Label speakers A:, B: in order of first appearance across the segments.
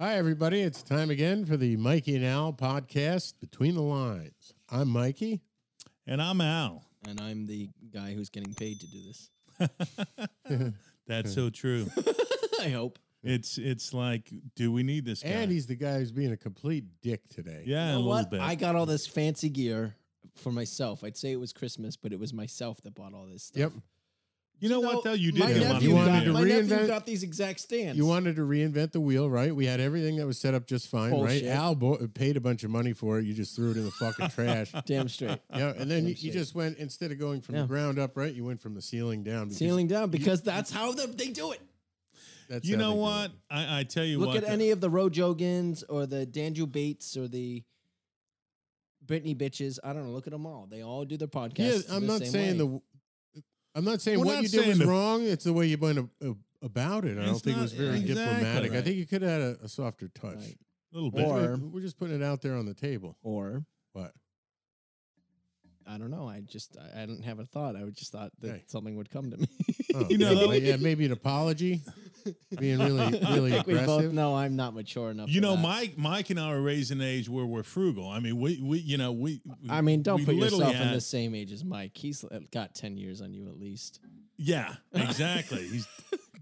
A: Hi, everybody. It's time again for the Mikey and Al podcast, Between the Lines. I'm Mikey.
B: And I'm Al.
C: and I'm the guy who's getting paid to do this.
B: That's so true.
C: I hope.
B: It's it's like, do we need this guy?
A: And he's the guy who's being a complete dick today.
B: yeah,
C: You
B: a
C: know
B: little
C: what?
B: bit.
C: I got all this fancy gear for myself. I'd say it was Christmas, but it was myself that bought all this
A: Yep.
C: stuff.
B: you know what though? You did
C: my
B: him
A: got-
B: on
C: nephew,
A: You
B: the
A: wanted
C: got,
A: to
B: video.
C: my
A: reinvent-
C: nephew got these exact stands.
A: You wanted to reinvent the wheel, right? We had everything that was set up just fine, right?
C: Bullshit.
A: Al bo- paid a bunch of money for it. You just threw it in the fucking trash.
C: Damn straight.
A: Yeah, and then you, you
C: shit.
A: just went instead of going from the
C: Yeah.
A: ground up, right? You went from the ceiling down. because
C: Ceiling down because that's how the, they do it.
A: That's
B: You
A: how
B: know
A: they do
B: what?
A: it.
B: I, I tell you
C: Look
B: what.
C: at any of the Rojogans or the Danju Bates or the Britney bitches. I don't know. Look at them all. They all do their podcast.
A: Yeah, I'm not saying the. I'm not saying
B: We're
A: what
B: not
A: you did
B: saying
A: was
B: the-
A: wrong. It's the way you went a, a, about it. I don't
B: It's
A: think it
B: not-
A: was very
B: exactly
A: diplomatic. I
B: right.
A: think you could have had a, a softer touch.
C: Right.
B: a little bit.
A: That's why
C: Or-
A: we're just putting it out there on the table.
C: or
A: What?
C: I don't know. I just I, I didn't have a thought. I would just thought that
A: Hey.
C: something would come to me.
A: Oh,
B: You know,
A: yeah,
B: that-
A: well, yeah, maybe an apology, being really, really
C: I think we both
A: aggressive.
C: know I'm not mature enough.
B: You
C: for
B: know,
C: that.
B: Mike, Mike and I are raised in an age where we're frugal. I mean, we, we you know, we.
C: I mean, don't
B: we
C: put
B: literally
C: yourself in
B: had-
C: the same age as Mike. He's uh, got ten years on you at least.
B: Yeah, exactly. He's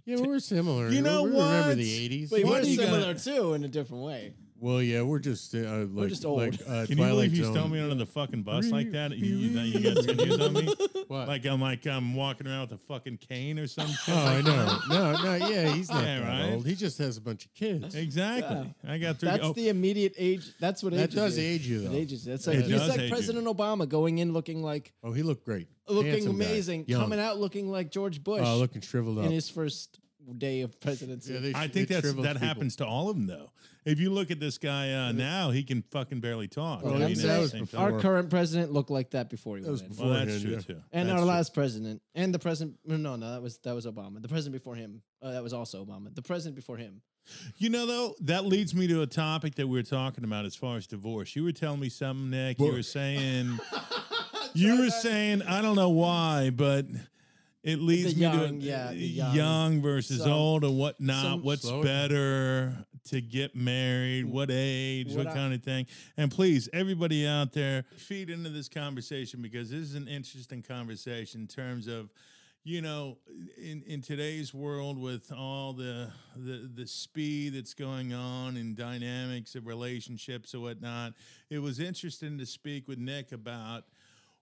A: Yeah, but we're similar. We-
B: You know
A: we Remember
B: what?
A: the '80s?
C: But
B: why
C: we're
B: do you
C: similar
B: gotta-
C: too in a different way.
A: Well, yeah, we're just uh, like,
C: just old.
A: like, uh,
B: Can you
A: Twilight
B: believe he's
A: Zone.
B: throwing me under the fucking bus like that? You, you, think you got ten years on me?
A: What?
B: Like I'm like I'm walking around with a fucking cane or some shit.
A: Oh, I know. No, no, yeah, he's not
B: Yeah,
A: that
B: right?
A: old. He just has a bunch of kids.
B: Exactly. I got three.
C: That's
B: oh,
C: the immediate age. That's what
A: That
C: ages
A: does
C: you.
A: age you, though.
C: It ages. you. It's like
B: It
C: he's
B: does age
C: like
B: you.
C: President Obama going in looking like
A: Oh, he looked great.
C: looking
A: Handsome guy.
C: amazing,
A: Young.
C: coming out looking like George Bush
A: Oh, looking shriveled up.
C: in his first day of presidency.
A: Yeah, they
B: I
A: sh-
B: think
A: it
B: that's
A: shrivels
B: that
A: people.
B: happens to all of them though. If you look at this guy uh, now, he can fucking barely talk.
A: Well,
B: I
A: that
B: mean,
A: was-
B: at
A: that
B: the
A: was
B: same
A: before-
B: time-
C: Our current president looked like that before he
A: That was
C: went in.
A: before
B: well, that's true
A: beforehand,
B: too.
C: And
B: That's
C: our
B: true.
C: last president, and the president, no, no, that was that was Obama. The president before him, uh, that was also Obama. The president before him,
B: you know though, that leads me to a topic that we were talking about as far as divorce. You were telling me something, Nick. You were
A: Divorce.
B: saying, you were saying, I don't know why, but. It leads me
C: young,
B: to
C: yeah, the
B: young,
C: young.
B: versus
C: Some-
B: old and whatnot.
C: some-
B: What's
A: Slow it down.
B: better to get married? What age? What,
C: What I-
B: kind of thing? And please, everybody out there, feed into this conversation because this is an interesting conversation in terms of, you know, in, in today's world with all the, the the speed that's going on and dynamics of relationships and whatnot, it was interesting to speak with Nick about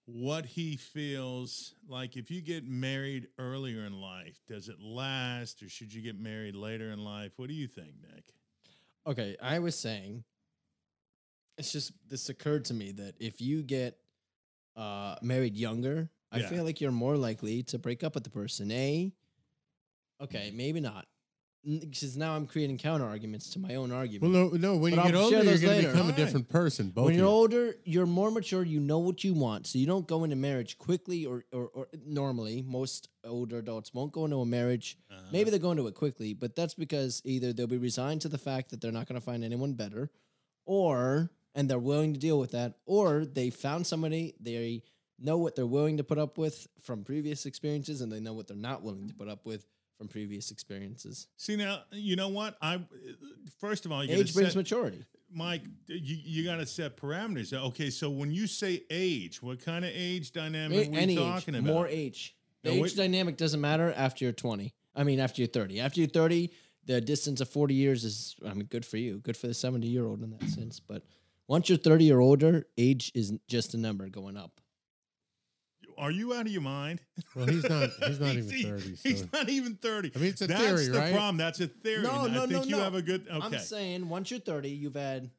B: what he feels like if you get married earlier in life, does it last or should you get married later in life? What do you think, Nick?
C: Okay, I was saying, it's just this occurred to me that if you get uh, married younger, I
B: Yeah.
C: feel like you're more likely to break up with the person. A, okay, maybe not, because now I'm creating counter arguments to my own argument.
A: Well, no, no. When
C: But
A: you
C: I'll
A: get
C: share
A: older, you're
C: those
A: going to
C: later.
A: become a
B: All right.
A: different person. Both
C: when
A: of
C: you're
A: you.
C: older, you're more mature. You know what you want, so you don't go into marriage quickly. Or, or, or normally, most older adults won't go into a marriage.
B: Uh,
A: Uh-huh.
C: Maybe they're going to it quickly, but that's because either they'll be resigned to the fact that they're not going to find anyone better, or and they're willing to deal with that, or they found somebody they know what they're willing to put up with from previous experiences, and they know what they're not willing to put up with from previous experiences.
B: See now, you know what? I first of all, you
C: Age brings
B: set,
C: maturity.
B: Mike. You, you got to set parameters. Okay, so when you say age, what kind of age dynamic are we
C: any
B: talking
C: age,
B: about?
C: more age. The
B: No,
C: age
B: wait-
C: dynamic doesn't matter after you're 20. I mean, after you're 30. After you're 30, the distance of 40 years is, I mean, good for you. Good for the 70 year old in that sense. But once you're 30 or older, age is just a number going up.
B: Are you out of your mind?
A: Well, he's not. He's not even
B: he-
A: thirty. So.
B: He's not even thirty.
A: I mean, it's a
B: That's
A: theory,
B: the
A: right?
B: problem. That's a theory.
C: No,
B: and I
C: no, no,
B: think you
C: no.
B: have a good. Okay.
C: I'm saying once you're 30, you've had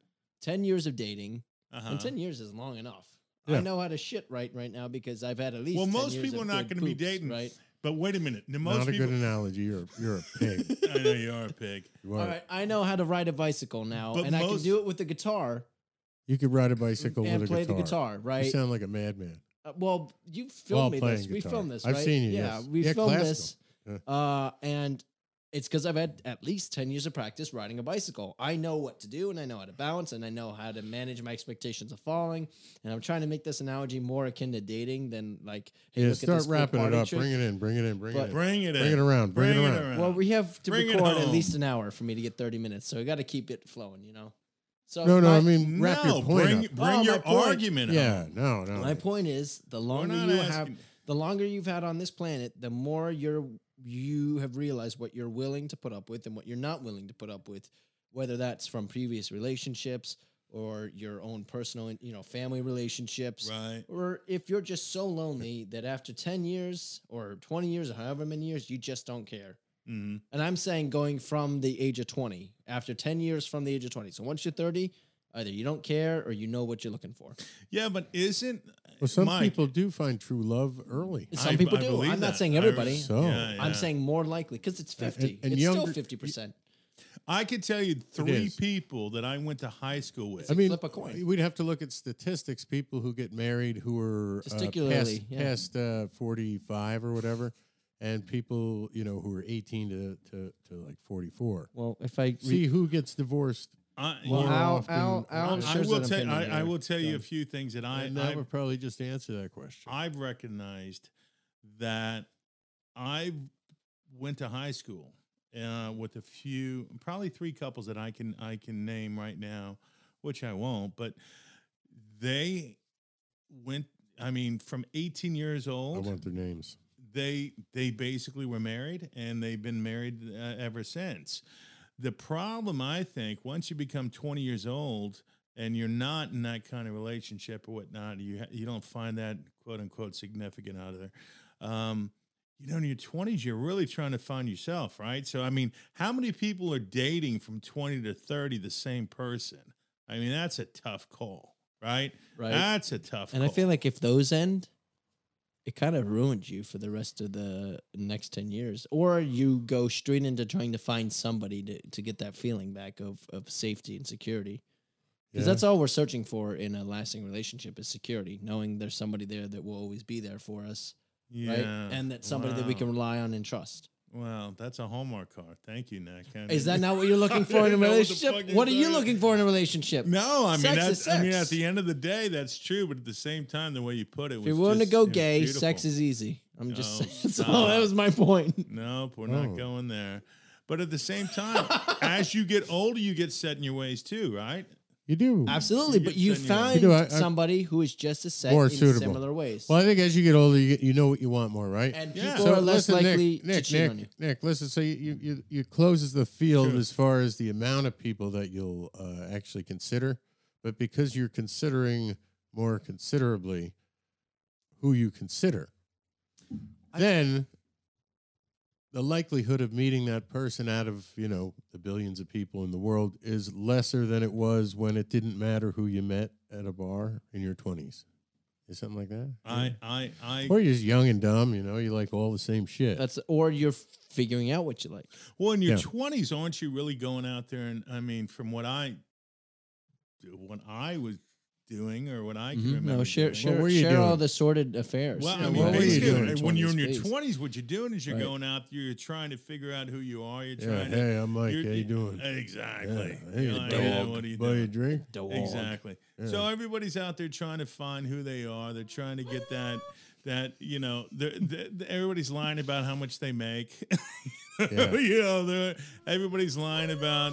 C: 10 years of dating,
B: Uh-huh.
C: and 10 years is long enough.
A: Yeah.
C: I know how to shit right right now because I've had at least
B: Well,
C: 10
B: most
C: years
B: people are
C: of
B: not
C: good
B: going to be
C: poops,
B: dating.
C: right.
B: But wait a minute. Now, most
A: not a
B: people.
A: good analogy. You're you're a pig.
B: I know you are a pig.
A: You, are.
C: All right, I know how to ride a bicycle now,
B: But
C: and I
B: most-
C: can do it with the guitar
A: you could ride a bicycle
C: and
A: with a
C: play
A: guitar.
C: the guitar, right?
A: You sound like a madman.
C: Uh, well, you
A: While
C: filmed me
A: playing
C: this. We
A: guitar.
C: filmed this.
A: I've
C: right?
A: seen you,
C: Yeah,
A: yes.
C: we
A: Yeah,
C: filmed
A: classical.
C: this. Uh, and It's because I've had at least 10 years of practice riding a bicycle. I know what to do and I know how to balance and I know how to manage my expectations of falling. And I'm trying to make this analogy more akin to dating than like, hey,
A: yeah,
C: look at
A: start
C: this cool
A: wrapping it
C: party
A: up.
C: trick.
A: Bring it in. Bring it in. Bring
C: But-
A: it in.
B: Bring it in.
A: Bring it around, bring it around.
C: Well, we have to
B: Bring it
C: record at
B: home.
C: least an hour for me to get thirty minutes, so we got to keep it flowing, you know. So
A: No, no,
C: my,
A: I mean wrap
B: no,
A: your point
B: bring,
A: up.
B: bring
C: Oh,
B: your
C: my point.
B: argument
A: Yeah,
B: up.
A: no, no.
C: my point is the longer
B: not
C: you
B: asking-
C: have, the longer you've had on this planet, the more you're you have realized what you're willing to put up with and what you're not willing to put up with, whether that's from previous relationships or your own personal, and you know, family relationships.
B: Right.
C: Or if you're just so lonely that after 10 years or 20 years or however many years, you just don't care.
B: Mhm.
C: And I'm saying going from the age of 20, after 10 years from the age of 20. So once you're 30, either you don't care or you know what you're looking for.
B: Yeah, but isn't
A: well, some
B: Mike,
A: people do find true love early.
C: Some
B: I-
C: people
B: I
C: do.
B: believe
C: I'm not
B: that.
C: saying
B: I-
C: everybody.
A: So-
B: Yeah, yeah.
C: I'm saying more likely because it's 50.
A: and- and
C: it's
A: younger-
C: still 50%.
B: I could tell you three
A: is.
B: people that I went to high school with.
A: I mean,
C: flip a coin.
A: we'd have to look at statistics. People who get married who are uh,
C: Testicularly,
A: past,
C: yeah.
A: past uh, forty-five or whatever, and people you know who are eighteen to to, to like forty-four.
C: Well, if I
A: See who gets divorced.
B: I,
C: well,
A: more
C: Al,
A: often-
C: Al,
A: I-
C: Al
B: I- I
C: shares
B: will
C: an
B: tell
C: opinion
B: I, I
C: here.
B: will tell you a
C: John.
B: few things that I
A: and that would probably just answer that question.
B: I, I've recognized that I went to high school uh, with a few, probably three couples that I can I can name right now, which I won't, but they went. I mean, from 18 years
A: I
B: old,
A: want their names.
B: they they basically were married and they've been married uh, ever since the problem i think once you become 20 years old and you're not in that kind of relationship or whatnot you ha- you don't find that quote unquote significant out of there um you know in your 20s you're really trying to find yourself right so i mean how many people are dating from 20 to 30 the same person i mean that's a tough call right,
C: Right.
B: that's a tough
C: and I
B: call.
C: feel like if those end, it kind of ruins you for the rest of the next 10 years. Or you go straight into trying to find somebody to, to get that feeling back of, of safety and security. Because that's all we're searching for in a lasting relationship is security, knowing there's somebody there that will always be there for us,
B: yeah.
C: right? And that somebody that we
B: Wow.
C: can rely on and trust.
B: Wow, that's a Hallmark card. Thank you, Nick. I
C: Is that
B: mean-
C: not what you're looking for in a
B: didn't know what the
C: relationship?
B: fuck
C: What,
B: you
C: are you
B: said.
C: looking for in a relationship?
B: No, I mean
C: Sex
B: that's.
C: is
B: I mean,
C: sex.
B: at the end of the day, that's true. But at the same time, the way you put it, was
C: if you're willing to
B: just- it
C: go
B: was
C: gay,
B: beautiful.
C: sex is easy. I'm just
B: No,
C: saying. So
B: stop.
C: that was my point.
B: Nope, we're
A: Oh.
B: not going there. But at the same time, as you get older, you get set in your ways too, right?
A: you do.
C: Absolutely,
B: You
C: but
B: get
C: you
B: sent your way.
A: You
C: find
A: do, I- I-
C: somebody who is just as set
A: More
C: in
A: suitable.
C: similar ways,
A: Well, I think as you get older, you, get, you know what you want more, right?
C: and
B: Yeah.
C: people
B: So
C: are less
A: listen,
C: likely
A: Nick, Nick,
C: to cheat
A: Nick,
C: on you.
A: Nick, listen. So you you, you, you closes the field
B: Sure.
A: as far as the amount of people that you'll uh, actually consider, but because you're considering more considerably who you consider, then the likelihood of meeting that person out of you know the billions of people in the world is lesser than it was when it didn't matter who you met at a bar in your twenties. Is something like that?
B: I, I, I.
A: Or you're just young and dumb, you know, you like all the same shit.
C: That's or you're figuring out what you like.
B: Well, in your
A: Yeah.
B: twenties, aren't you really going out there? And I mean, from what I, what I was doing, or what I can
C: Mhm.
B: Mm-hmm. remember.
C: No, share
B: doing.
A: What
C: share,
A: were you
C: share all
A: doing?
C: the sordid affairs.
B: Well,
A: Yeah,
B: I
A: what
B: mean,
A: were you
B: basically,
A: doing
B: uh, when you're in your
C: please.
B: twenties, what you're doing is you're
C: Right.
B: going out, you're trying to figure out who you are. You're
A: yeah,
B: trying to.
A: hey, I'm Mike.
B: you're- e-,
A: How you doing?
B: Exactly.
A: Yeah, hey,
B: You're
A: you
B: like,
A: dog.
B: yeah, what are you
A: Buy you a
B: doing?
A: drink?
C: Dog.
B: Exactly. So
A: Yeah.
B: everybody's out there trying to find who they are. They're trying to get that that you know. They're, they everybody's lying about how much they make.
A: Yeah.
B: you know, they're, everybody's lying about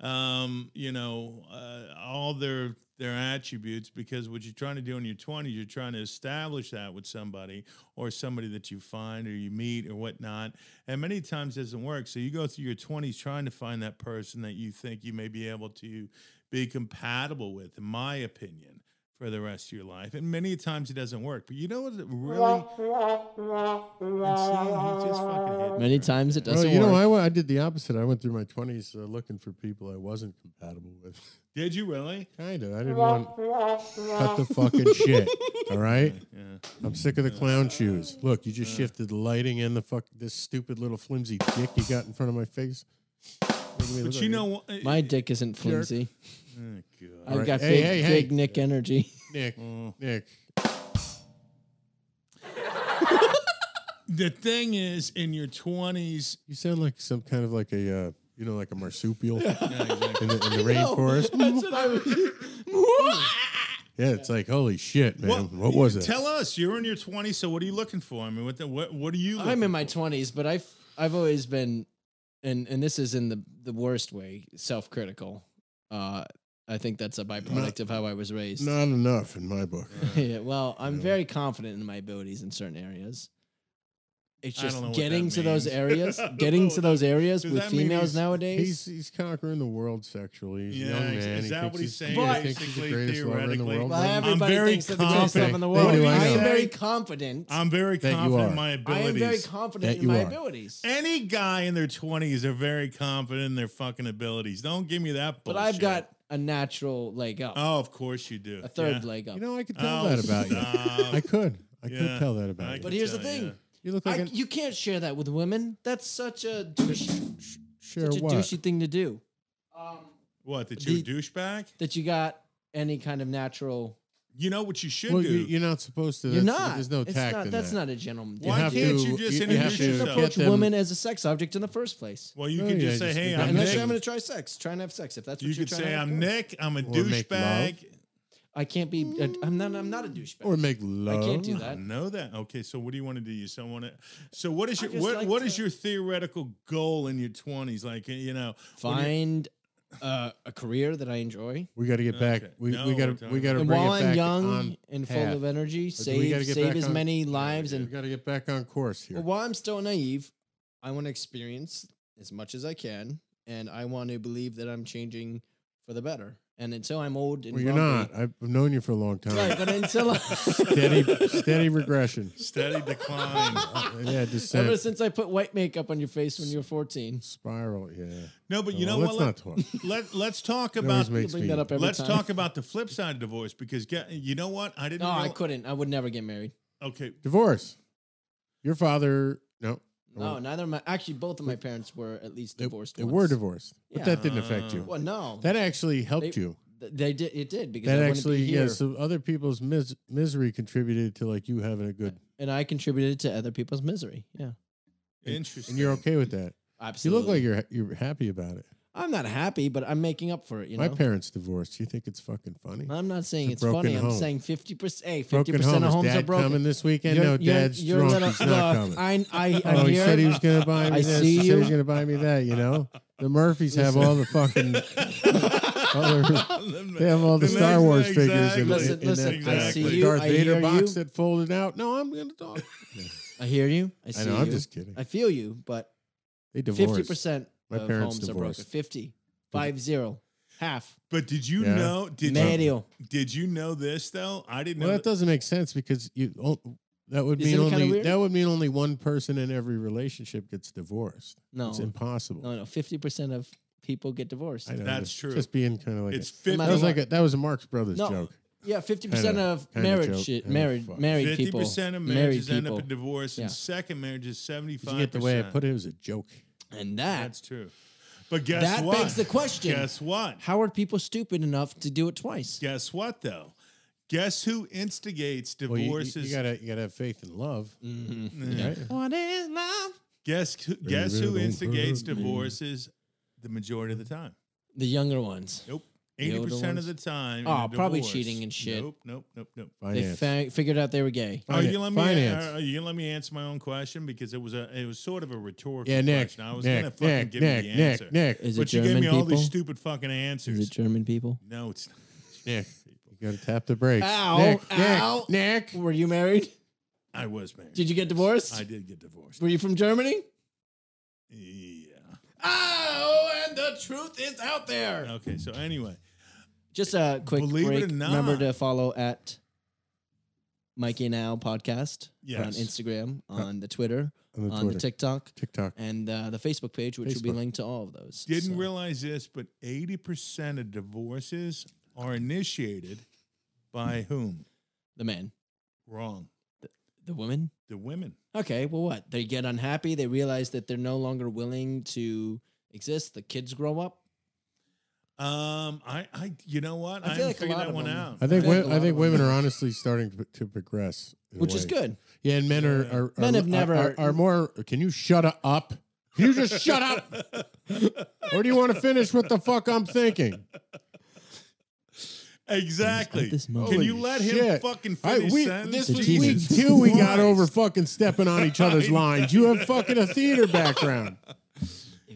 B: um, you know uh, all their their attributes because what you're trying to do in your 20s, you're trying to establish that with somebody or somebody that you find or you meet or whatnot. And many times doesn't work. So you go through your 20s trying to find that person that you think you may be able to be compatible with, in my opinion, for the rest of your life. And many times it doesn't work. But you know what? It really. And see, he just fucking hit me
C: Many
B: right
C: times it
B: there.
A: Well,
C: doesn't
A: Oh, you know, I,
C: work.
A: wa- I did the opposite. I went through my 20s uh, looking for people I wasn't compatible with.
B: Did you really?
A: kind of. I didn't want cut the fucking shit. All right?
B: Yeah.
A: I'm sick of the clown shoes. Look, you just shifted the lighting and the fuck this stupid little flimsy dick you got in front of my face. Making me look
B: But
A: like
B: you
A: a-
B: know what?
C: My dick isn't flimsy.
B: Oh, God.
A: Right.
C: I've got
A: Hey,
C: big,
A: hey, hey.
C: big Nick
A: Mm.
C: energy.
A: Nick,
B: Oh.
A: Nick.
B: the thing is, in your twenties,
A: You sound like some kind of like a, uh, you know, like a marsupial in
B: yeah, exactly.
A: the, in the rainforest.
C: That's what I was.
A: Yeah, it's like holy shit, man. What, was it?
B: Tell us. You're in your twenties, so what are you looking for? I mean, what the, what what are you?
C: I'm in
B: looking
C: my twenties, but I've I've always been, and and this is in the the worst way, self critical. Uh, I think that's a byproduct of how I was raised.
A: Not enough in my book.
C: yeah, well, I'm very confident in my abilities in certain areas. It's
B: I don't
C: just
B: know what
C: getting
B: that
C: to those
B: means.
C: areas,
B: I don't
C: getting
B: know
C: to
B: what
C: those
B: that-
C: areas
B: Does
C: with
B: that mean
C: females
B: he's-
A: He's
C: nowadays.
A: he's conquering the world sexually. He's
B: Yeah,
A: a young
B: is-
A: man.
B: is
A: He
B: that
A: thinks
B: what he's saying,
A: He thinks he's the
B: basically,
A: greatest lover in the
B: theoretically?
A: world.
C: Well,
A: right now.
C: everybody
B: very
C: thinks that the greatest stuff in the
A: confident.
C: world.
A: What do you
C: I am
A: say?
C: very confident.
B: I'm very
A: That you
B: confident
A: are.
B: in my
C: I
B: abilities.
C: am very
A: That
C: confident in
A: you
C: my
A: are.
C: abilities.
B: Any guy in their twenties are very confident in their fucking abilities. Don't give me that
C: But
B: bullshit.
C: I've got a natural leg up,
B: Oh, of course you do.
C: a third
B: Yeah.
C: leg up.
A: You know, I could tell
B: Oh,
A: that about you.
B: stop.
A: I could. I
B: Yeah.
A: could tell that about
B: I
A: you.
C: but
B: could
C: here's the
B: tell,
C: thing.
B: yeah.
A: you look
C: I,
A: like a
C: you can't share that with women. That's such a douche,
A: share
C: such a
A: what?
C: douchey thing to do. Um,
B: What? That you're a
C: The-
B: douchebag?
C: that you got any kind of natural.
B: You know what you should
A: Well,
B: do.
A: you, you're not supposed to.
C: You're
A: that's-
C: not.
A: There's no
C: it's
A: tact
C: not,
A: in
C: That's
A: that.
C: not a gentleman.
B: Why
C: thing.
A: have
B: can't
A: to-
B: you just
A: you- you
B: introduce
A: have to-
C: You
B: yourself?
A: Yeah.
C: approach
A: Get them-
C: women as a sex object in the first place.
B: well, you
A: Oh,
B: can
A: yeah,
B: just say,
A: just
B: "Hey,
A: do
B: I'm
A: that.
C: Unless
B: Nick."
C: I'm going to try sex, trying to have sex. If that's
B: You
C: what you're
B: could
C: trying to
B: say,
C: have
B: "I'm
C: sex.
B: Nick. I'm a
A: Or make
B: douchebag."
C: I can't be. I, am not. I'm not a douchebag.
A: Or make love.
C: I can't do
B: I
C: that.
B: know that. Okay, so what do you want to do? You still want to? So what is
C: I
B: your
C: just
B: what
C: like
B: what is
C: to-
B: your theoretical goal in your twenties? Like you know, when you're-
C: Find uh, a career that I enjoy.
A: We got to get back.
B: Okay.
A: We,
B: No,
A: we
B: we're
A: got to
B: talking
A: we got to
C: And
A: bring
C: while
A: it back
C: I'm young
A: on
C: and
A: path.
C: full of energy,
A: But we gotta
C: save
A: get
C: save
A: back
C: as
A: on-
C: many lives
A: We
C: and
A: got to get back on course here.
C: Well, while I'm still naive, I want to experience as much as I can, and I want to believe that I'm changing for the better. And until I'm old and
A: Well, you're not.
C: grumpy-
A: I've known you for a long
C: Right,
A: time.
C: but until I,
A: steady, steady regression.
B: steady decline.
A: Yeah,
C: ever
A: descent,
C: since I put white makeup on your face when you were 14,
A: spiral. Yeah.
B: No, but you
A: Well,
B: know
A: let's
B: what?
A: not talk. It
B: Let, let us talk
A: always
B: about.
C: you
A: makes
C: bring
A: me.
C: that up every
B: Let's
C: time.
B: talk about the flip side of divorce because get, you know what? I didn't.
C: No, I
B: real-
C: couldn't. I would never get married.
B: Okay,
A: Divorce. Your father. No. I
C: No,
A: won't-
C: neither of my actually both of my parents were at least
A: Oh. They,
C: divorced.
A: they
C: once.
A: were divorced, but
C: Yeah.
A: that didn't affect you.
C: Well, no,
A: That actually helped
C: They-
A: you.
C: Th- they did. It did because
A: That
C: I
A: actually,
C: wouldn't be here,
A: yeah. So other people's mis- misery contributed to like you having a good,
C: and I contributed to other people's misery. Yeah,
B: interesting.
A: and you're okay with that. You
C: absolutely.
A: look like you're you're happy about it.
C: I'm not happy, but I'm making up for it. You
A: My
C: know,
A: parents divorced. You think it's fucking funny?
C: I'm not saying
A: It's
C: it's,
A: a
C: funny.
A: broken
C: I'm
A: home.
C: saying 50%. Hey, 50%
A: broken home.
C: of
A: Is
C: homes
A: dad
C: are broken.
A: coming this weekend? no, dad's
C: you're
A: drunk.
C: little-
A: He's not
C: look,
A: coming.
C: I, I, I
A: Oh, he
C: hear
A: said he was going to buy me
C: I
A: this.
C: see
A: he said he was
C: you.
A: going to buy me that. You know, the Murphys have all the fucking. all their- they have all the
B: The
A: Star
B: next-
A: Wars figures
B: exactly.
A: in,
C: Listen,
A: in, in
C: listen,
A: that
B: I see
A: the
C: you,
A: Darth
C: I
A: Vader
C: hear
A: box
C: you.
A: that folded out. No, I'm going to talk.
C: I hear you. I see
A: I know.
C: you.
A: I'm just kidding.
C: I feel you, but
A: They divorced.
C: 50%
A: My
C: of
A: parents
C: homes are broken.
A: divorced.
C: 50. Five zero. Half.
B: But did you
A: Yeah.
B: know? Did you,
C: Medio.
B: did you know this though? I didn't
A: Well,
B: know.
A: that doesn't make sense because you. Oh, that would
C: Isn't
A: mean
C: it kinda
A: only
C: weird?
A: that would mean only one person in every relationship gets divorced.
C: No.
A: It's impossible.
C: No, no. 50% of people get divorced.
A: I know,
B: That's
A: just-
B: true.
A: Just being kind of like
B: it's
A: a-
B: fifty.
A: that was like a, that was a Marx Brothers
C: No.
A: joke.
C: Yeah, 50%
A: Kinda-
C: of
A: kinda
C: marriage
A: joke.
C: shit,
A: Oh,
C: married,
A: fuck.
C: married
B: Fifty
C: people.
B: percent of
C: married
B: marriages end up
C: people.
B: in divorce,
C: Yeah.
B: and second marriage is
A: Did
B: seventy-five.
A: you get the way I put it? It was a joke.
C: And that,
B: That's true. But guess
C: that
B: what?
C: begs the question.
B: Guess what?
C: How are people stupid enough to do it twice?
B: Guess what though? Guess who instigates
A: Well, you- you-
B: divorces?
A: you, gotta you gotta have faith in love.
C: Mm,
B: Yeah.
A: right?
C: What is love?
B: Guess who, guess
A: Baby,
B: who
A: don't
B: instigates
A: hurt me.
B: divorces the majority of the time?
C: The younger ones.
B: Nope.
C: The
B: Eighty
C: older
B: percent of
C: ones?
B: the time. in
C: Oh,
B: a
C: probably
B: divorce.
C: cheating and shit.
B: Nope, nope, nope, nope.
C: They
A: Finance.
C: fa- figured out they were gay.
B: Are
A: Finan-
B: you, let me,
A: finance.
B: are you gonna let me answer my own question because it was a it was sort of a rhetorical
A: yeah, Nick.
B: question. I was
A: Nick,
B: gonna fucking
A: Nick,
B: give
A: Nick,
B: you the answer,
A: Nick, Nick,
C: Is it
B: but you gave
C: German
B: me all these
C: people?
B: stupid fucking answers.
C: Is it German people?
B: no, it's not.
A: Nick. You gotta tap the brakes.
C: Ow,
A: Nick,
C: ow.
A: Nick, Nick.
C: Were you married?
B: I was married.
C: Did you get divorced?
B: I did get divorced.
C: Were you from Germany?
B: Yeah.
C: Oh, and the truth is out there.
B: Okay. So anyway,
C: Just a quick
B: Believe it
C: break.
B: or not.
C: Remember to follow at Mikey Now Podcast We're on
B: Yes.
C: Instagram, on the Twitter,
A: On the
C: on
A: Twitter.
C: the TikTok,
A: TikTok.
C: and uh, the Facebook page, which will be
A: Facebook.
C: linked to all of those.
B: didn't
C: So-
B: realize this, but eighty percent of divorces are initiated by whom?
C: the men,
B: Wrong.
C: the women.
B: The women.
C: Okay, well, what? They get unhappy. They realize that they're no longer willing to exist. The kids grow up.
B: Um, I, I, you know what?
C: I
B: haven't
C: feel like a
B: figured
C: lot
B: that
C: of
B: one
C: them-
B: out.
A: I think
C: feel like
A: wo-
C: a lot
A: I
C: of
A: think
C: them-
A: women are honestly starting to, to progress, in a
C: which is
A: way.
C: good.
A: Yeah, and men are
B: Yeah.
A: are, are
C: Men have
A: are-
C: never-
A: are, are more. Can you shut up? Can you just shut up? Or do you want to finish what the fuck I'm thinking?
B: exactly.
C: At this moment.
B: Can you
A: Holy
B: let him
A: shit.
B: fucking
A: I,
B: finish
A: we,
B: sentence?
A: this
C: The
A: was week
C: Jesus
A: two. We got
B: Christ.
A: over fucking stepping on each other's lines. You have fucking a theater background.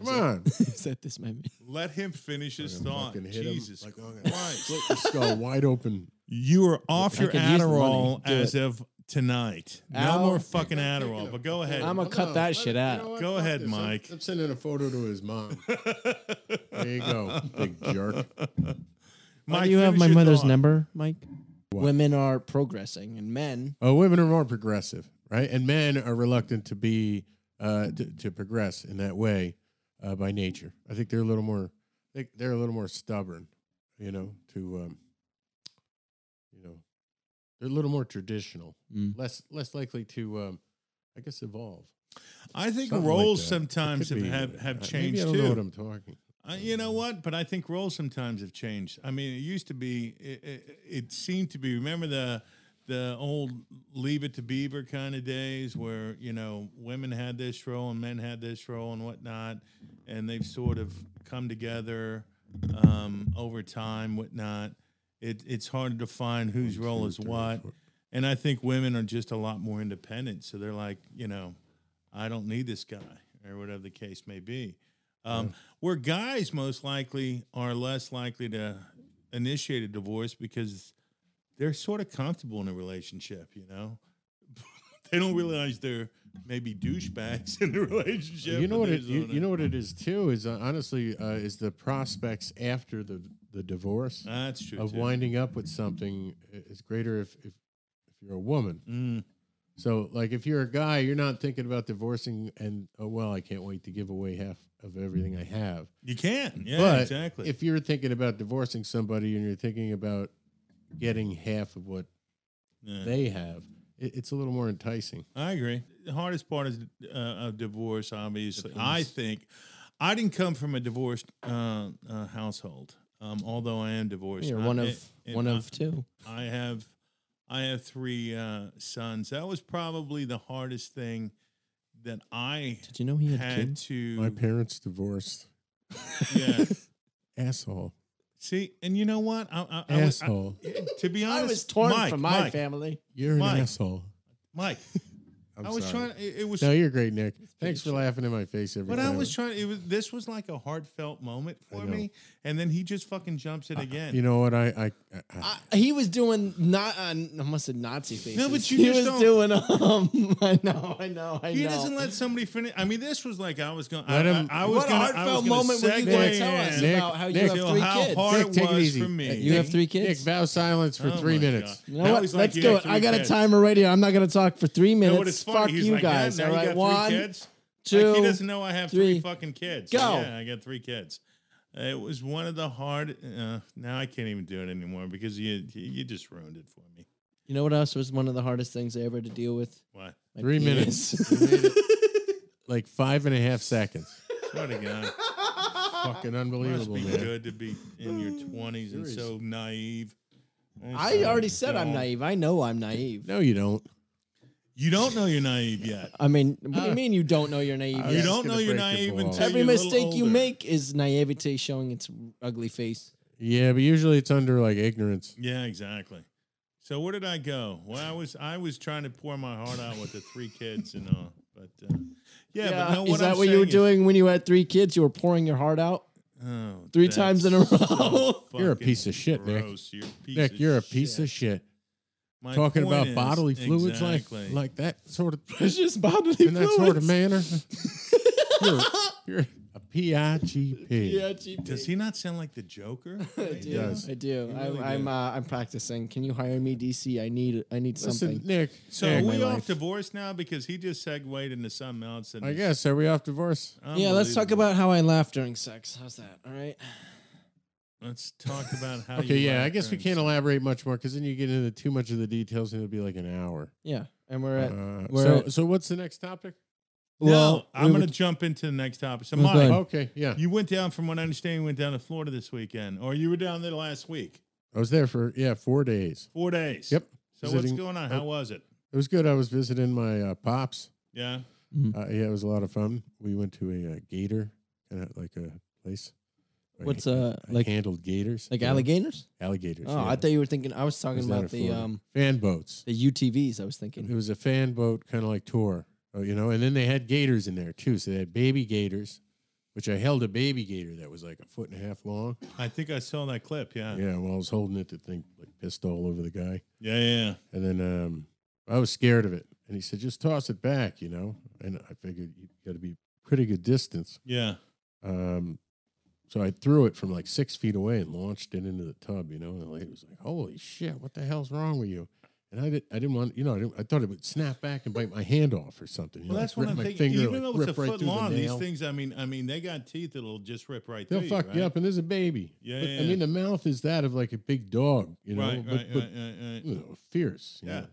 A: Come on,
C: is that this moment?
B: Let him finish his
A: Fucking
B: thought.
A: hit him
B: Jesus
A: like, oh,
B: Christ.
A: Split the skull wide open.
B: You are off
C: I
B: your
C: could use the
B: Adderall
C: money. Do
B: as
C: it.
B: of tonight. No
C: Al-
B: more fucking Adderall. But go ahead.
C: I'm a- I'ma cut
A: on,
C: that shit out.
A: what?
B: Go
A: Fuck
B: ahead,
A: this. I'm-
B: Mike.
A: I'm, sending a photo to his mom. there you go, big jerk.
C: Why
B: Mike,
C: do you have
B: finish
C: my
B: your
C: mother's
B: thought.
C: number, Mike? Women are progressing, and men.
A: Oh, women are more progressive, right? And men are reluctant to be uh, to, to progress in that way uh, by nature. I think they're a little more. I think they're a little more stubborn, you know. To um, you know, they're a little more traditional,
C: Mm.
A: less less likely to, um, I guess, evolve.
B: I think
A: Something like
B: roles
A: that.
B: sometimes
A: Could
B: have,
A: be,
B: have,
A: uh,
B: have
A: maybe
B: changed
A: I don't
B: too.
A: know what I'm talking.
B: Uh, you know what? But I think roles sometimes have changed. I mean, it used to be. It, it, it seemed to be. Remember the the old "Leave It to Beaver" kind of days, where you know women had this role and men had this role and whatnot, and they've sort of come together um, over time, whatnot. It, it's hard to find whose role is what, and I think women are just a lot more independent. So they're like, you know, I don't need this guy, or whatever the case may be. Um, Where guys most likely are less likely to initiate a divorce because they're sort of comfortable in a relationship, you know? they don't realize they're maybe douchebags in the relationship.
A: uh, you know
B: but
A: what it
B: there's
A: you,
B: all
A: you know what it is too is uh, honestly uh, is the prospects after the the divorce
B: that- That's true.
A: of
B: too.
A: winding up with something i- is greater if, if if you're a woman.
B: Mm,
A: So like if you're a guy, you're not thinking about divorcing and oh well, I can't wait to give away half of everything I have.
B: you can. Yeah,
A: But
B: exactly.
A: If you're thinking about divorcing somebody and you're thinking about getting half of what
B: Yeah.
A: they have, it, it's a little more enticing.
B: I agree. The hardest part is uh, of divorce, obviously. I think I didn't come from a divorced uh, uh, household, um, although I am divorced.
C: You're
B: I-
C: one of
B: and- and
C: one
B: I-
C: of two.
B: I have I have three uh, sons. That was probably the hardest thing that I
C: Did you know he had,
B: had
C: kids?
B: to.
A: My parents divorced.
B: yeah.
A: Asshole.
B: See, and you know what? I, I, I was, I,
A: Asshole.
B: to be honest,
C: I was torn
B: Mike,
C: from my
B: Mike,
C: family.
A: You're an
B: Mike.
A: asshole.
B: Mike,
A: I'm
B: I was
A: sorry.
B: trying. It, it was,
A: No, you're great, Nick. Thanks for laughing in my face every
B: but I
A: time.
B: was trying. It was this was like a heartfelt moment for
A: know.
B: me, and then he just fucking jumps it again.
A: you know what? I I, I, I
C: I, he was doing not uh, I must have Nazi faces.
B: No, but you
C: he
B: just don't-
C: was doing. Um, I know, I know, I
B: he
C: know.
B: doesn't let somebody finish. I mean, this was like I was going. I,
A: Let him-
B: I, I was
C: What a
B: gonna, I was
C: heartfelt
B: gonna
C: moment were you
B: segue
C: going to tell us
B: in
A: Nick,
C: about how you
A: Nick,
C: have
B: to
C: three
B: how
C: kids?
B: hard
A: Nick,
B: it
A: take it
B: was
A: easy.
B: for me. oh
C: You have three
A: Nick,
C: kids.
A: vow silence for
B: three
A: three minutes.
C: You know what?
B: Let's
C: Let's go. I got a timer ready. I'm not going to talk for three
B: You
C: minutes.
B: know what? It's funny.
C: Fuck
B: He's
C: you
B: like, yeah,
C: guys.
B: now
C: all
B: you
C: right,
B: got three
C: one,
B: kids?
C: two.
B: Like, he doesn't know I have three,
C: three.
B: fucking kids.
C: Go.
B: Yeah, I got three kids. It was one of the hard. Uh, now I can't even do it anymore because you you just ruined it for me.
C: You know what else was one of the hardest things I ever had to deal with?
B: What?
C: My
A: Three
C: penis.
A: Like five and a half seconds.
B: Swear to God,
A: Fucking
B: must
A: unbelievable,
B: be
A: man.
B: good to be in your twenties and so naive.
C: I already said I'm
B: dumb.
C: naive. I know I'm naive.
A: No, you don't.
B: You don't know you're naive yet.
C: I mean, what do you mean you don't know you're naive?
A: I was
B: You
C: yet?
B: Uh, don't
A: gonna
B: know you're
A: break your
B: naive
A: balls.
B: until
C: Every
B: you're a little
C: mistake you
B: older.
C: make is naivete showing its ugly face.
A: Yeah, but usually it's under like ignorance.
B: Yeah, exactly. So where did I go? Well, I was I was trying to pour my heart out with the three kids and all, but uh, yeah, but no,
C: is that
B: I'm
C: what you were
B: saying is-
C: doing when you had three kids? You were pouring your heart out.
B: Oh,
C: Three
B: that's
C: times in a row.
B: so
A: You're a
B: fucking
A: piece of shit, Nick.
B: gross. You're a piece
A: Nick,
B: of
A: you're a piece of shit.
B: My
A: Talking
B: point
A: about
B: is-
A: bodily fluids
B: exactly.
A: like like that sort of
C: It's just bodily
A: in that sort of manner. you're, you're a pigp.
C: Yeah, GP.
B: Does he not sound like uh, the Joker?
C: I do.
A: does.
C: I do.
B: He
C: I'm
B: really
C: I'm,
B: does.
C: uh, I'm practicing. Can you hire me, DC? I need I need
A: Listen,
C: something.
A: Nick.
B: So
A: Nick,
B: are we
C: my
B: off
C: life.
B: divorce now because he just segued into something else. And
A: I
B: it's
A: guess are we off divorce?
C: Yeah, let's talk
B: unbelievable.
C: about how I laugh during sex. How's that? All right.
B: Let's talk about how.
A: Okay,
B: you
A: yeah.
B: laugh
A: I guess we
B: during
A: can't elaborate much more because then you get into too much of the details and it'll be like an hour.
C: Yeah, and we're at
A: Uh,
C: we're
A: so,
C: at-
A: so what's the next topic?
B: Well,
C: Well,
B: I'm
C: we
B: going to
C: were-
B: jump into the next topic. So,
C: Well, Oh, go
B: Mike,
C: ahead.
A: Okay, yeah.
B: you went down, from what I understand, you went down to Florida this weekend, or you were down there last week,
A: I was there for yeah four days.
B: four days.
A: Yep.
B: So
A: Visiting-
B: what's going on? How was it?
A: It was good. I was visiting my uh, pops.
B: Yeah.
A: Uh, yeah, it was a lot of fun. We went to a, uh gator kind of like a place. where
C: What's,
A: I-
C: uh,
A: I
C: like-
A: handled gators,
C: Like
A: Yeah,
C: alligators?
A: alligators.
C: Oh, I
A: yeah.
C: thought you were thinking. I was talking
A: was down in
C: about the
A: Florida.
C: um
A: fan boats.
C: the UTVs. I was thinking.
A: It was a fan boat kind of like tour, uh, you know. And then they had gators in there too. So they had baby gators, which I held a baby gator that was like a foot and a half long.
B: I think I saw that clip. Yeah. Yeah.
A: Yeah, while I was holding it, the thing like pissed all over the guy.
B: Yeah. yeah.
A: And then um, I was scared of it. And he said, just toss it back, you know? And I figured you got to be pretty good distance.
B: Yeah.
A: Um, so I threw it from like six feet away and launched it into the tub, you know? And the lady was like, holy shit, what the hell's wrong with you? And I, did, I didn't want, you know, I, didn't, I thought it would snap back and bite my hand off or something. You
B: Well,
A: know,
B: that's
A: rip
B: what I'm
A: my
B: thinking.
A: Finger,
B: Even
A: like,
B: though it's a
A: rip right
B: foot
A: through the
B: long, these
A: nail.
B: things. I mean, I mean, they got teeth that'll just rip right
A: They'll
B: through.
A: fuck
B: you,
A: you
B: right?
A: up, and there's a baby.
B: Yeah,
A: But,
B: yeah,
A: I
B: yeah.
A: mean, the mouth is that of like a big dog, you know.
B: right,
A: but,
B: right,
A: but,
B: right, right,
A: you
B: right.
A: know, fierce. you
B: Yeah.
A: know.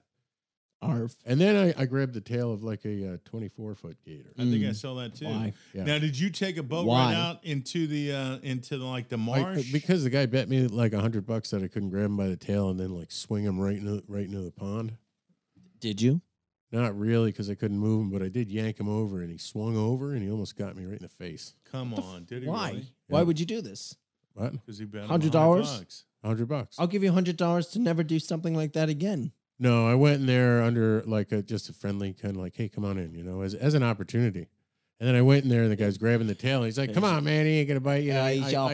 C: Arf.
A: And then I, I grabbed the tail of like a uh, 24 foot gator.
B: I think I
C: Mm.
B: saw that too.
C: Why?
A: Yeah.
B: Now, did you take a boat
C: Why?
B: right out into the uh into the, like the
A: Like,
B: marsh?
A: because the guy bet me like a hundred bucks that I couldn't grab him by the tail and then like swing him right into right into the pond.
C: Did you?
A: Not really, because I couldn't move him, but I did yank him over, and he swung over, and he almost got me right in the face.
B: Come
C: What the
B: on,
C: f-
B: did he?
C: Why?
B: Really?
C: Why
A: Yeah.
C: would you do this?
A: What?
B: Because he bet him
C: $100?
B: 100 bucks.
A: A hundred bucks?
C: I'll give you hundred dollars to never do something like that again.
A: No, I went in there under like a, just a friendly kind of like, hey, come on in, you know, as as an opportunity. And then I went in there, and the guy's grabbing the tail, and he's like,
C: Yeah,
A: come
C: he's-
A: on, man, he ain't gonna bite you.
C: Yeah,
A: I,
C: he's
A: I, I, I shit my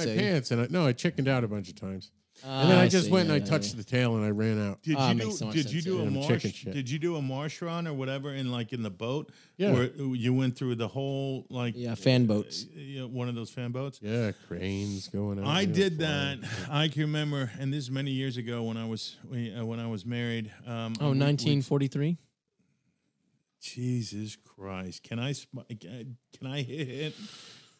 C: opportunity.
A: pants, and I, no, I chickened out a bunch of times. And then Ah, I, just went and I touched the tail and I ran out.
B: Did
C: Ah,
B: you do,
C: makes so much
B: did you
C: sense,
B: do
A: yeah.
B: a
A: Yeah, I'm
B: marsh?
A: chicken shit.
B: Did you do a marsh run or whatever in like in the boat?
A: Yeah.
B: Where you went through the whole like
C: Yeah, fan boats.
B: You know, one of those fan boats.
A: Yeah, cranes going out.
B: I
A: you know,
B: did
A: flying.
B: that. I can remember, and this is many years ago when I was we- uh, when I was married. Um, we-
C: Oh,
B: we-
C: 1943?
B: Jesus Christ! Can I sm- can I hit? hit?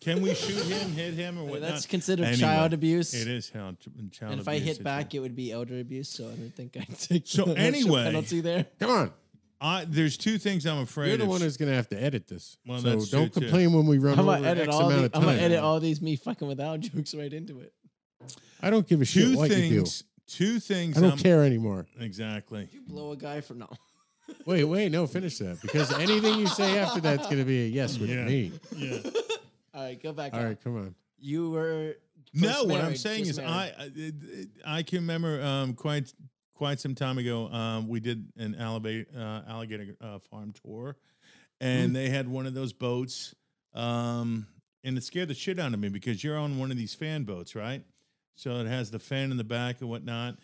B: Can we shoot him? Hit him or whatnot?
C: That's considered
B: Anyway,
C: child abuse.
B: It is how ch- child.
C: and if I
B: abuse
C: hit
B: is-
C: back, it would be elder abuse. So I don't think I'd take
B: So
C: the extra
B: anyway-
C: penalty there.
A: Come on.
B: I, there's two things I'm afraid.
A: You're the
B: of.
A: one who's going to have to edit this.
B: Well,
A: so
B: that's
A: don't
B: true, too.
A: complain when we run
C: I'm
A: over
C: gonna edit
A: X
C: all.
A: amount
C: The,
A: of
C: I'm
A: time.
C: gonna edit all these me fucking without jokes right into it.
A: I don't give a shit
B: two
A: what
B: things. Two things.
A: you do. I
B: I'm-
A: don't care anymore.
B: Exactly.
C: You blow a guy for no.
A: Wait, wait, no, finish that because anything you say after that's going to be a yes with
B: Yeah.
A: me.
B: Yeah.
C: All right, go back.
A: All
C: up.
A: right, come on.
C: You were
B: No,
C: First
B: what I'm
C: married,
B: saying is,
C: just
B: I,
C: married.
B: I it- I can remember um, quite quite some time ago. Um, we did an alligator uh, alligator uh, farm tour, and
C: Mm-hmm.
B: they had one of those boats, um, and it scared the shit out of me because you're on one of these fan boats, right? So it has the fan in the back and whatnot.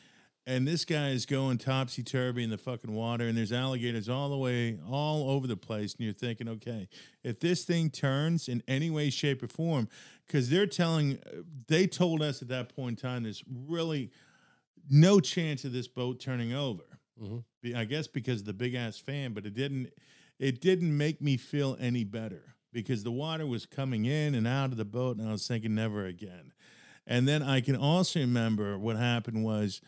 B: And this guy is going topsy turvy in the fucking water, and there's alligators all the way, all over the place. And you're thinking, okay, if this thing turns in any way, shape, or form, because they're telling, uh, they told us at that point in time, there's really no chance of this boat turning over.
A: Mhm.
B: Be- I guess because of the big ass fan, but it didn't, it didn't make me feel any better because the water was coming in and out of the boat, and I was thinking, never again. And then I can also remember what happened was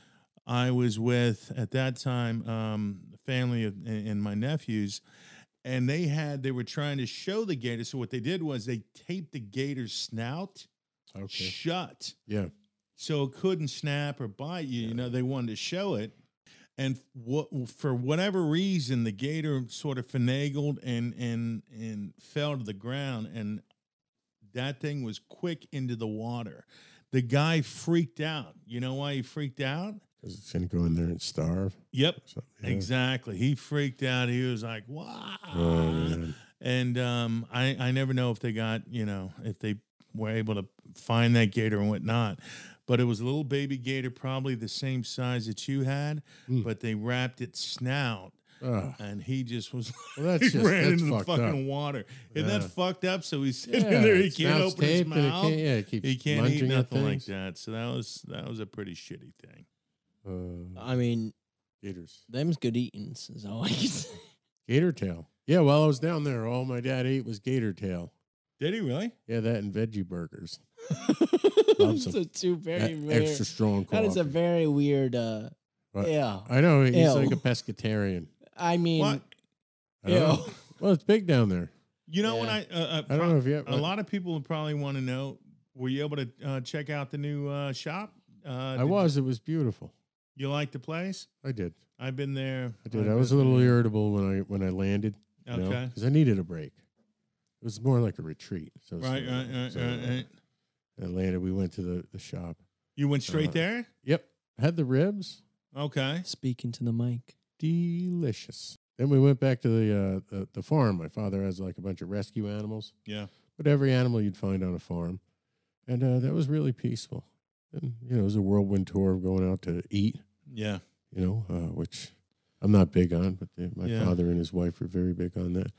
B: I was with at that time um, family of, and, and my nephews, and they had they were trying to show the gator. So what they did was they taped the gator's snout
A: Okay.
B: shut,
A: Yeah.
B: so it couldn't snap or bite you. You know they wanted to show it, and what for whatever reason the gator sort of finagled and and and fell to the ground, and that thing was quick into the water. The guy freaked out. You know why he freaked out?
A: Because it's going to go in there and starve.
B: Yep,
A: or something. Yeah.
B: Exactly. He freaked out. He was like, "Wow!"
A: Oh, man.
B: and um, I I never know if they got you know if they were able to find that gator and whatnot, but it was a little baby gator, probably the same size that you had,
A: Mm.
B: but they wrapped its snout,
A: Ugh.
B: and he just was.
A: Well, Ah, that's
B: He
A: just
B: ran
A: that's
B: into the
A: fucked
B: fucking
A: up.
B: water. Isn't
A: Yeah.
B: that fucked up? So he's sitting
A: Yeah,
B: there. He
A: its
B: can't
A: mouth's
B: open his
A: taped and it
B: mouth.
A: can't- yeah, it keeps
B: he can't eat
A: lunging at
B: nothing like
A: things.
B: that. So that was that was a pretty shitty thing.
A: Uh,
C: I mean,
A: gators.
C: them's good eatings is all I can say.
A: Gator tail. Yeah, while I was down there, all my dad ate was gator tail.
B: Did he really?
A: Yeah, that and veggie burgers. Loves 'em.
C: so two very
A: That
C: rare.
A: extra strong
C: that is a
A: coffee.
C: very weird. uh
A: What?
C: Yeah,
A: I know he's
C: Ew.
A: like a pescatarian.
C: I mean,
B: What?
A: I don't
C: Ew.
A: know. Well, it's big down there.
B: You know when
C: Yeah.
B: I uh, uh,
A: I don't know if you have,
B: a lot of people would probably want to know. Were you able to uh, check out the new uh, shop? Uh,
A: I
B: did
A: was. It was beautiful.
B: You like the place?
A: I did.
B: I've been there.
A: I did.
B: I've
A: I was a
B: been
A: little
B: there.
A: irritable when I when I landed. You
B: Okay.
A: Because I needed a break. It was more like a retreat. So it's-
B: Right, right, right,
A: so,
B: right, right.
A: I landed. We went to the, the shop.
B: You went straight
A: Uh,
B: there?
A: Yep. Had the ribs.
B: Okay.
C: Speaking to the mic.
A: Delicious. Then we went back to the, uh, the the farm. My father has like a bunch of rescue animals,
B: Yeah.
A: but every animal you'd find on a farm, and uh, that was really peaceful. And you know, it was a whirlwind tour of going out to eat.
B: Yeah.
A: you know, uh, which I'm not big on, but they, my
B: Yeah.
A: father and his wife were very big on that.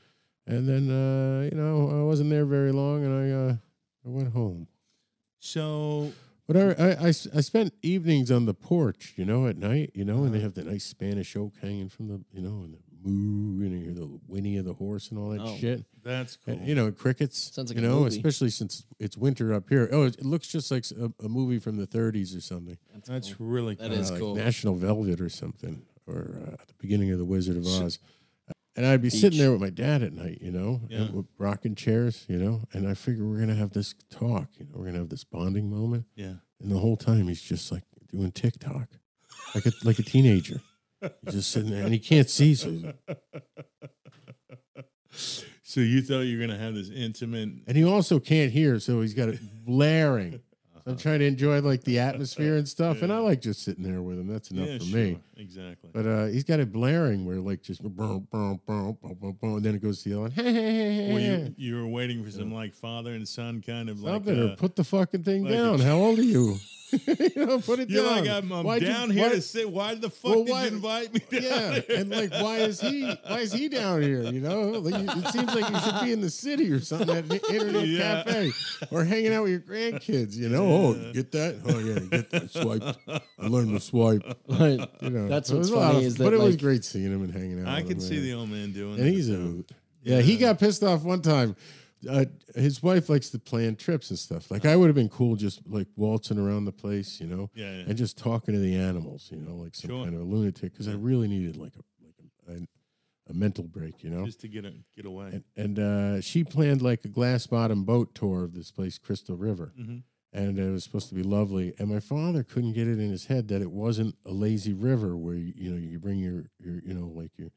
A: And then, uh, you know, I wasn't there very long, and I uh, I went home.
B: So
A: But I, I, I s- I spent evenings on the porch, you know, at night, you know, and they
B: Uh-huh.
A: have the nice Spanish oak hanging from the, you know, and the moo, and you hear the whinny of the horse and all that
C: Oh.
A: shit.
B: that's cool.
A: And, you know, crickets.
C: Sounds like
A: you
C: a
A: know,
C: movie.
A: especially since it's winter up here. Oh, it it looks just like s- a, a movie from the 30s or something.
B: that's really cool.
C: That is
A: uh, like
C: cool.
A: National Velvet or something, or uh, the beginning of The Wizard of Oz. And I'd be sitting
C: Beach.
A: there with my dad at night, you know,
B: Yeah.
A: and with rocking chairs, you know. And I figure we're gonna have this talk, you know, we're gonna have this bonding moment.
B: yeah.
A: And the whole time he's just like doing TikTok, like a like a teenager. He's just sitting there, and he can't see. So, he's-
B: So you thought you were gonna have this intimate
A: and he also can't hear, so he's got it blaring. I'm trying to enjoy like the atmosphere and stuff, and I
B: Yeah.
A: like just sitting there with him. That's enough
B: Yeah,
A: for
B: sure.
A: me.
B: Exactly.
A: But uh, he's got it blaring where like just boom, boom, boom, boom, boom, boom, and then it goes to the other one. Hey, hey, hey, hey,
B: Were
A: hey.
B: you, you were waiting for some like father and son kind of like
A: Something or
B: uh,
A: put the fucking thing
B: like a-
A: down. How old are you? you know, put it
B: you're
A: down.
B: like I'm, I'm
A: Why'd you-
B: down here
A: why-
B: to sit. Why the fuck
A: Well,
B: did
A: why-
B: you invite me? Down
A: yeah,
B: here?
A: and like, why is he? Why is he down here? You know, like, you- it seems like you should be in the city or something at an internet
B: Yeah.
A: cafe or hanging out with your grandkids. You know, oh,
B: Yeah.
A: you get that? Oh yeah, you get that swipe. I learned to swipe.
C: Right.
A: You know,
C: That's
A: it was
C: what's
A: a lot of-
C: funny is that,
A: but it was
C: like-
A: great seeing him and hanging out.
B: I
A: with
B: can
A: him,
B: see
A: man.
B: the old man doing.
A: and
B: that,
A: he's a
B: though.
A: hoot. Yeah, he
B: Yeah.
A: got pissed off one time. Uh, his wife likes to plan trips and stuff. Like I would have been cool just like waltzing around the place, you know,
B: yeah, yeah.
A: and just talking to the animals, you know, like some
B: Sure.
A: kind of a lunatic because I
B: Yeah.
A: really needed like a like a, a mental break, you know.
B: just to get a, get away.
A: and and uh, she planned like a glass bottom boat tour of this place, Crystal River,
B: hmm
A: and it was supposed to be lovely. And my father couldn't get it in his head that it wasn't a lazy river where you, you know you bring your your you know like you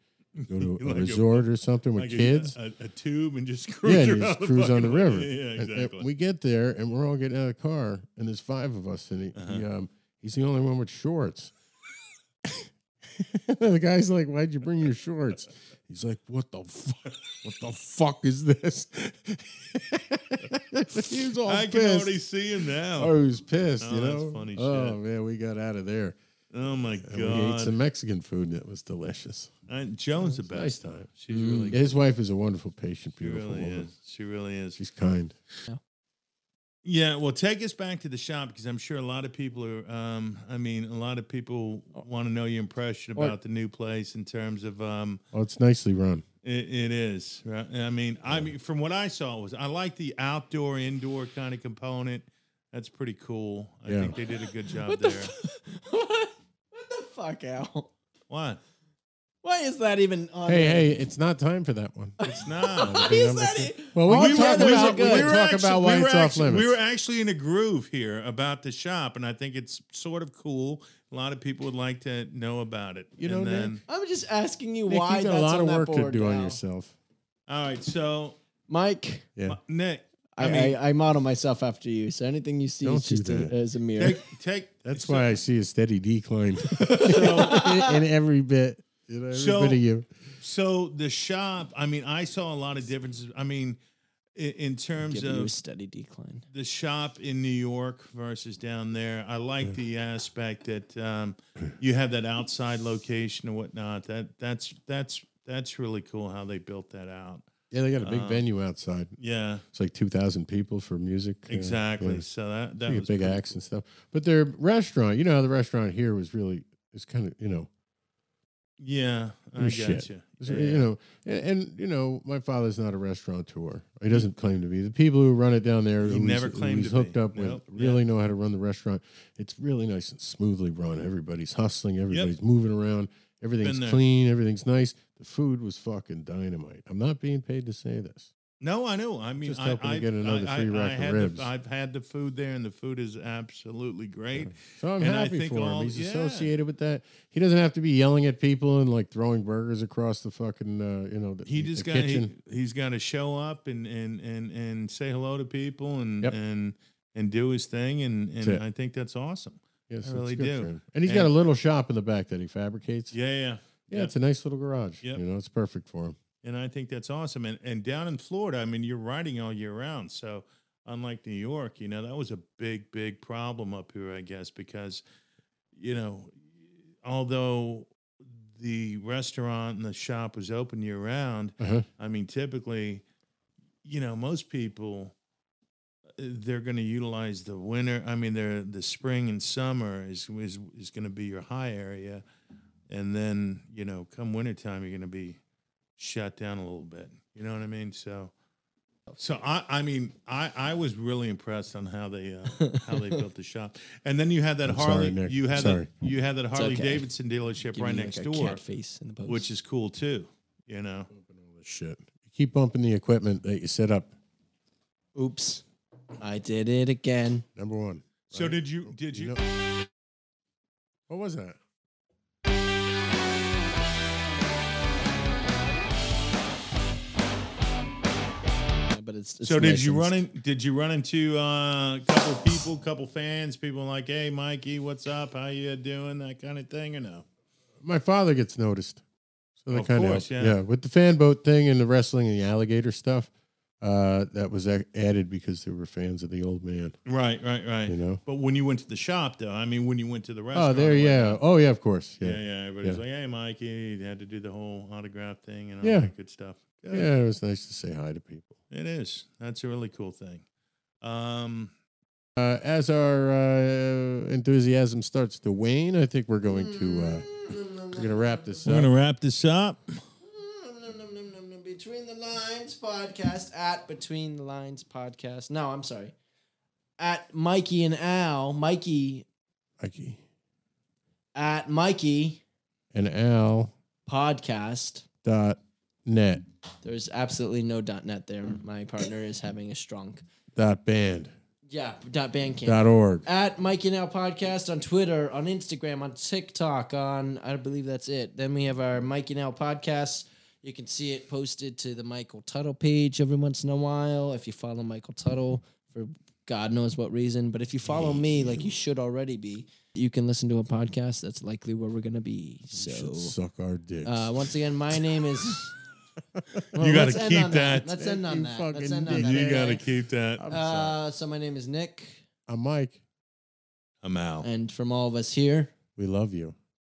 A: go to a
B: Like a-
A: resort or something with
B: Like a- uh,
A: kids
B: a, a, tube, and just cruise
A: yeah,
B: around
A: you just
B: the
A: cruise on the
B: fucking-
A: river.
B: Yeah, yeah,
A: And- and
B: exactly.
A: we get there and we're all getting out of the car, and there's five of us, and he, he,
B: Uh-huh.
A: um, he's the only one with shorts. the guy's like, "Why'd you bring your shorts?" He's like, "What the fuck? What the fuck is this?" he was all
B: I can
A: pissed.
B: already see him now.
A: Oh, he was pissed,
B: Oh,
A: you know.
B: that's funny
A: oh
B: shit.
A: man, we got out of there.
B: Oh my
A: And we ate
B: god!
A: some Mexican food that was delicious.
B: I, Joan's the
A: It was
B: best.
A: a nice time.
B: She's really,
A: His wife is a wonderful, patient,
B: she
A: beautiful
B: really
A: woman.
B: is. She really is.
A: She's kind.
B: Yeah. Well, take us back to the shop because I'm sure a lot of people are. Um, I mean, a lot of people
A: Oh.
B: want to know your impression
C: Or-
B: about the new place in terms of. Um,
A: Oh, it's nicely run.
B: it, it is right. I mean, I mean, from what I saw was I like the outdoor indoor kind of component. That's pretty cool. I
A: Yeah.
B: think they did a good job
C: What the,
B: there.
C: fu- what the fuck, Al?
B: what?
C: Why is that even on
A: Hey,
C: there?
A: hey, it's not time for that one.
B: It's not.
C: Why is that e-
A: Well,
C: All
A: we can talk
C: together
A: about,
C: is good.
A: we can talk about why
B: we were
A: it's off
B: actually-
A: limits.
B: We were actually in a groove here about the shop, and I think it's sort of cool. A lot of people would like to know about it.
A: You
B: And
A: know,
B: then,
A: Nick?
C: I'm just asking you
A: Nick,
C: why
A: you got
C: that's
A: a lot
C: on
A: of
C: that
A: work to
C: board
A: do on
C: now.
A: yourself.
B: all right. So,
C: Mike.
A: Yeah.
B: uh, Nick,
C: I,
B: I mean-
C: I, I model myself after you, so anything you see
A: Don't
C: is
A: do
C: just a,
A: that.
C: as a mirror.
B: take, take
A: That's
B: so-
A: why I see a steady decline in, in every bit. You know, every
B: So-
A: bit of you.
B: So the shop. I mean, I saw a lot of differences. I mean, in, in terms
C: Give you a
B: of
C: steady decline.
B: the shop in New York versus down there. I like the aspect that um, you have that outside location and whatnot. That that's that's that's really cool how they built that out.
A: Yeah, they got a big
B: Uh,
A: venue outside.
B: Yeah,
A: It's like two thousand people for music. uh,
B: exactly.
A: yeah.
B: So that that
A: Like a
B: was
A: big
B: cool.
A: axe and stuff. But their restaurant, you know, how the restaurant here was really it's kind of you know
B: Yeah, I
A: was
B: got
A: shit.
B: you.
A: So, You know, and, and you know, my father's not a restaurateur. He doesn't claim to be. The people who run it down there,
B: He
A: who he's-
B: never
A: who
B: claimed
A: he's
B: to
A: hooked
B: be.
A: up with,
B: Nope.
A: really know how to run the restaurant. It's really nice and smoothly run. Everybody's hustling. Everybody's moving around. Everything's
B: there.
A: clean. Everything's nice. The food was fucking dynamite. I'm not being paid to say this.
B: No, I know. I mean,
A: Just
B: I,
A: hoping to
B: I-
A: get another
B: I-
A: free
B: I,
A: rack
B: I
A: of
B: had
A: ribs.
B: The, I've had the food there, and the food is absolutely great.
A: So I'm
B: And I
A: happy
B: think
A: for
B: all-
A: him. He's
B: yeah.
A: associated with that. He doesn't have to be yelling at people and like throwing burgers across the fucking uh, you know the,
B: He
A: the
B: just got he,
A: kitchen.
B: he's got to show up and and and and say hello to people and
A: Yep.
B: and and do his thing, and
A: it.
B: and I think that's awesome.
A: yes, it's
B: really
A: good
B: do.
A: for him. And he's got a
B: And-
A: little shop in the back that he fabricates.
B: Yeah, yeah,
A: Yeah, it's a nice little garage.
B: Yep.
A: You know, it's perfect for him.
B: and I think that's awesome. And and down in Florida, I mean, you're riding all year round, so unlike New York, you know, that was a big, big problem up here, I guess, because you know, although the restaurant and the shop was open year round,
A: Uh-huh.
B: I mean, typically, you know, most people uh, they're going to utilize the winter. I mean, they're the spring and summer is is is going to be your high area, and then you know, come wintertime, you're going to be shut down a little bit. You know what I mean? So, so I I mean, I I was really impressed on how they uh, how they built the shop, and then you had that
A: I'm sorry,
B: Harley
A: Nick.
B: you
A: I'm
B: had
A: sorry.
B: that you had that Harley
C: okay.
B: Davidson dealership
C: Give
B: right
C: me, like,
B: next
C: a
B: door,
C: cat face in the post.
B: which is cool too. You know.
A: Shit. You keep bumping the equipment that you set up.
C: oops, I did it again.
A: Number one.
B: So
A: right?
B: did
C: Oh,
B: you did you?
A: know- what was that?
C: But it's, it's
B: so did you
C: licensed.
B: run in? Did you run into uh, a couple people, couple fans, people like, "Hey, Mikey, what's up? How you doing?" That kind of thing, or no?
A: My father gets noticed. So that
B: Of
A: kind
B: course,
A: of
B: yeah.
A: yeah. With the fan boat thing and the wrestling and the alligator stuff, uh, that was a- added because they were fans of the old man.
B: Right, right, right.
A: You know.
B: But when you went to the shop, though, I mean, when you went to the
A: Oh,
B: restaurant,
A: there,
B: or
A: yeah.
B: whatnot,
A: Oh, yeah, of course. Yeah.
B: yeah,
A: yeah,
B: yeah. Everybody's
A: Yeah.
B: like, "Hey, Mikey," you had to do the whole autograph thing and all
A: Yeah.
B: that good stuff. Good.
A: It was nice to say hi to people.
B: it is. That's a really cool thing. Um,
A: Uh, as our uh, enthusiasm starts to wane, I think we're going to uh, we're going to wrap this up.
B: wrap this up.
C: Between the Lines podcast at Between the Lines podcast. No, I'm sorry. At Mikey and Al, Mikey
A: Mikey
C: at Mikey
A: and Al
C: podcast.
A: dot net
C: There's absolutely no dot net there. My partner is having a strong.
A: dot band
C: Yeah, dot bandcamp.
A: dot org.
C: at Mikey Now Podcast on Twitter, on Instagram, on TikTok, on I believe that's it. Then we have our Mikey Now Podcast. You can see it posted to the Michael Tuttle page every once in a while if you follow Michael Tuttle for God knows what reason. But if you follow me, like you should already be, you can listen to a podcast. That's likely where we're gonna be.
A: Should
C: So
A: suck our dicks.
C: uh, once again, my name is.
B: You gotta
C: let's end
B: keep
C: on
B: that.
C: Let's end on
A: You
C: that. Let's
A: fucking
C: end on
A: dick.
C: that.
B: You
A: Okay.
B: got to keep that.
A: I'm sorry.
C: Uh, so my name is Nick,
A: I'm Uh, Mike.
B: I'm out.
C: and from all of us here.
A: We love you.